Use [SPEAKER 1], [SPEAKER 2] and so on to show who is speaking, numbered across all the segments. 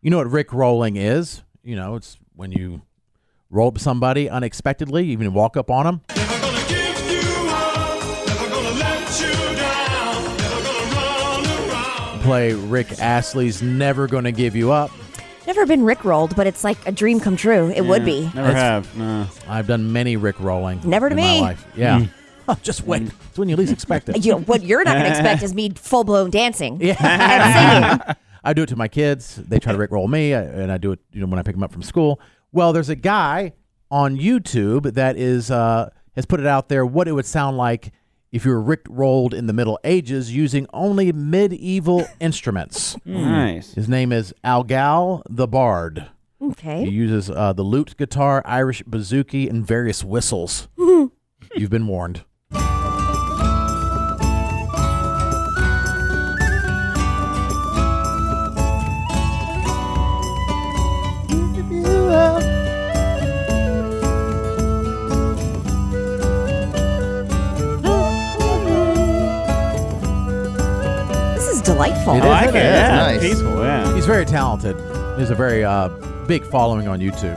[SPEAKER 1] You know what Rick rolling is? You know, it's when you roll up somebody unexpectedly, you even walk up on them.
[SPEAKER 2] Never gonna give you up, never gonna let you down, never gonna run around.
[SPEAKER 1] Play Rick Astley's Never Gonna Give You Up.
[SPEAKER 3] Never been rickrolled, but it's like a dream come true. It would be.
[SPEAKER 4] Never have. No.
[SPEAKER 1] I've done many Rick rolling.
[SPEAKER 3] Never to
[SPEAKER 1] in
[SPEAKER 3] me.
[SPEAKER 1] My life. Yeah. Just wait. Hmm. It's when you least expect it.
[SPEAKER 3] You know, what you're not going to expect is me full blown dancing.
[SPEAKER 1] Yeah. I do it to my kids. They try to rickroll me, I- and I do it, you know, when I pick them up from school. Well, there's a guy on YouTube that is uh, has put it out there what it would sound like if you were rickrolled in the Middle Ages using only medieval instruments.
[SPEAKER 4] Nice.
[SPEAKER 1] His name is Algal the Bard. He
[SPEAKER 3] Okay.
[SPEAKER 1] uses uh, the lute, guitar, Irish bouzouki, and various whistles. You've been warned.
[SPEAKER 3] This is delightful.
[SPEAKER 1] It
[SPEAKER 4] I
[SPEAKER 1] is.
[SPEAKER 4] like it. Yeah.
[SPEAKER 5] Nice.
[SPEAKER 4] Peaceful. Yeah.
[SPEAKER 1] He's very talented. He has a very uh, big following on YouTube.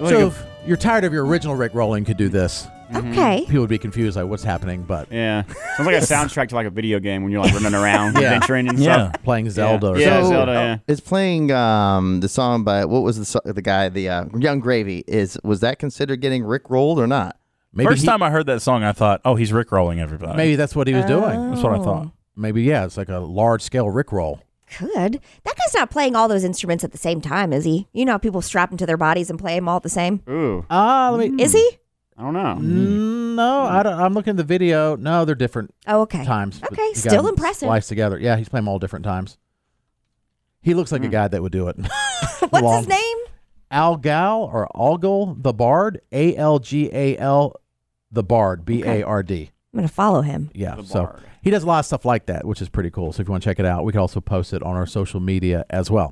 [SPEAKER 4] Like
[SPEAKER 1] so
[SPEAKER 4] a-
[SPEAKER 1] if you're tired of your original Rick Rolling could do this.
[SPEAKER 3] Okay.
[SPEAKER 1] People would be confused like what's happening, but
[SPEAKER 4] Yeah. Sounds like a soundtrack to like a video game when you're like running around, adventuring and stuff.
[SPEAKER 1] playing Zelda or
[SPEAKER 4] Yeah,
[SPEAKER 1] something.
[SPEAKER 4] Zelda, yeah.
[SPEAKER 5] Is oh, playing um, the song by what was the so- the guy the uh, Young Gravy is was that considered getting Rick rolled or not?
[SPEAKER 1] Maybe
[SPEAKER 6] First
[SPEAKER 1] he-
[SPEAKER 6] time I heard that song, I thought, oh, he's Rickrolling everybody.
[SPEAKER 1] maybe that's what he was doing.
[SPEAKER 6] That's what I
[SPEAKER 1] Oh.
[SPEAKER 6] thought.
[SPEAKER 1] Maybe yeah, it's like a large scale Rick roll.
[SPEAKER 3] Good. That guy's not playing all those instruments at the same time, is he? You know, how people strap them to their bodies and play them all at the same.
[SPEAKER 4] Ooh.
[SPEAKER 1] Ah, let me
[SPEAKER 3] Is he?
[SPEAKER 4] I don't know.
[SPEAKER 1] Mm. No, I don't, I'm looking at the video. No, they're different
[SPEAKER 3] Oh, okay.
[SPEAKER 1] times. but
[SPEAKER 3] Okay.
[SPEAKER 1] you got
[SPEAKER 3] Still
[SPEAKER 1] them
[SPEAKER 3] impressive.
[SPEAKER 1] Spliced together. Yeah, he's playing them all different times. He looks
[SPEAKER 3] Hmm.
[SPEAKER 1] like a guy that would do it.
[SPEAKER 3] What's
[SPEAKER 1] Long-
[SPEAKER 3] his name?
[SPEAKER 1] Algal or Algal the Bard, A L G A L the Bard, B A R D.
[SPEAKER 3] I'm going to follow him.
[SPEAKER 1] Yeah.
[SPEAKER 4] The
[SPEAKER 1] So
[SPEAKER 4] Bard.
[SPEAKER 1] he does a lot of stuff like that, which is pretty cool. So if you want to check it out, we can also post it on our social media as well.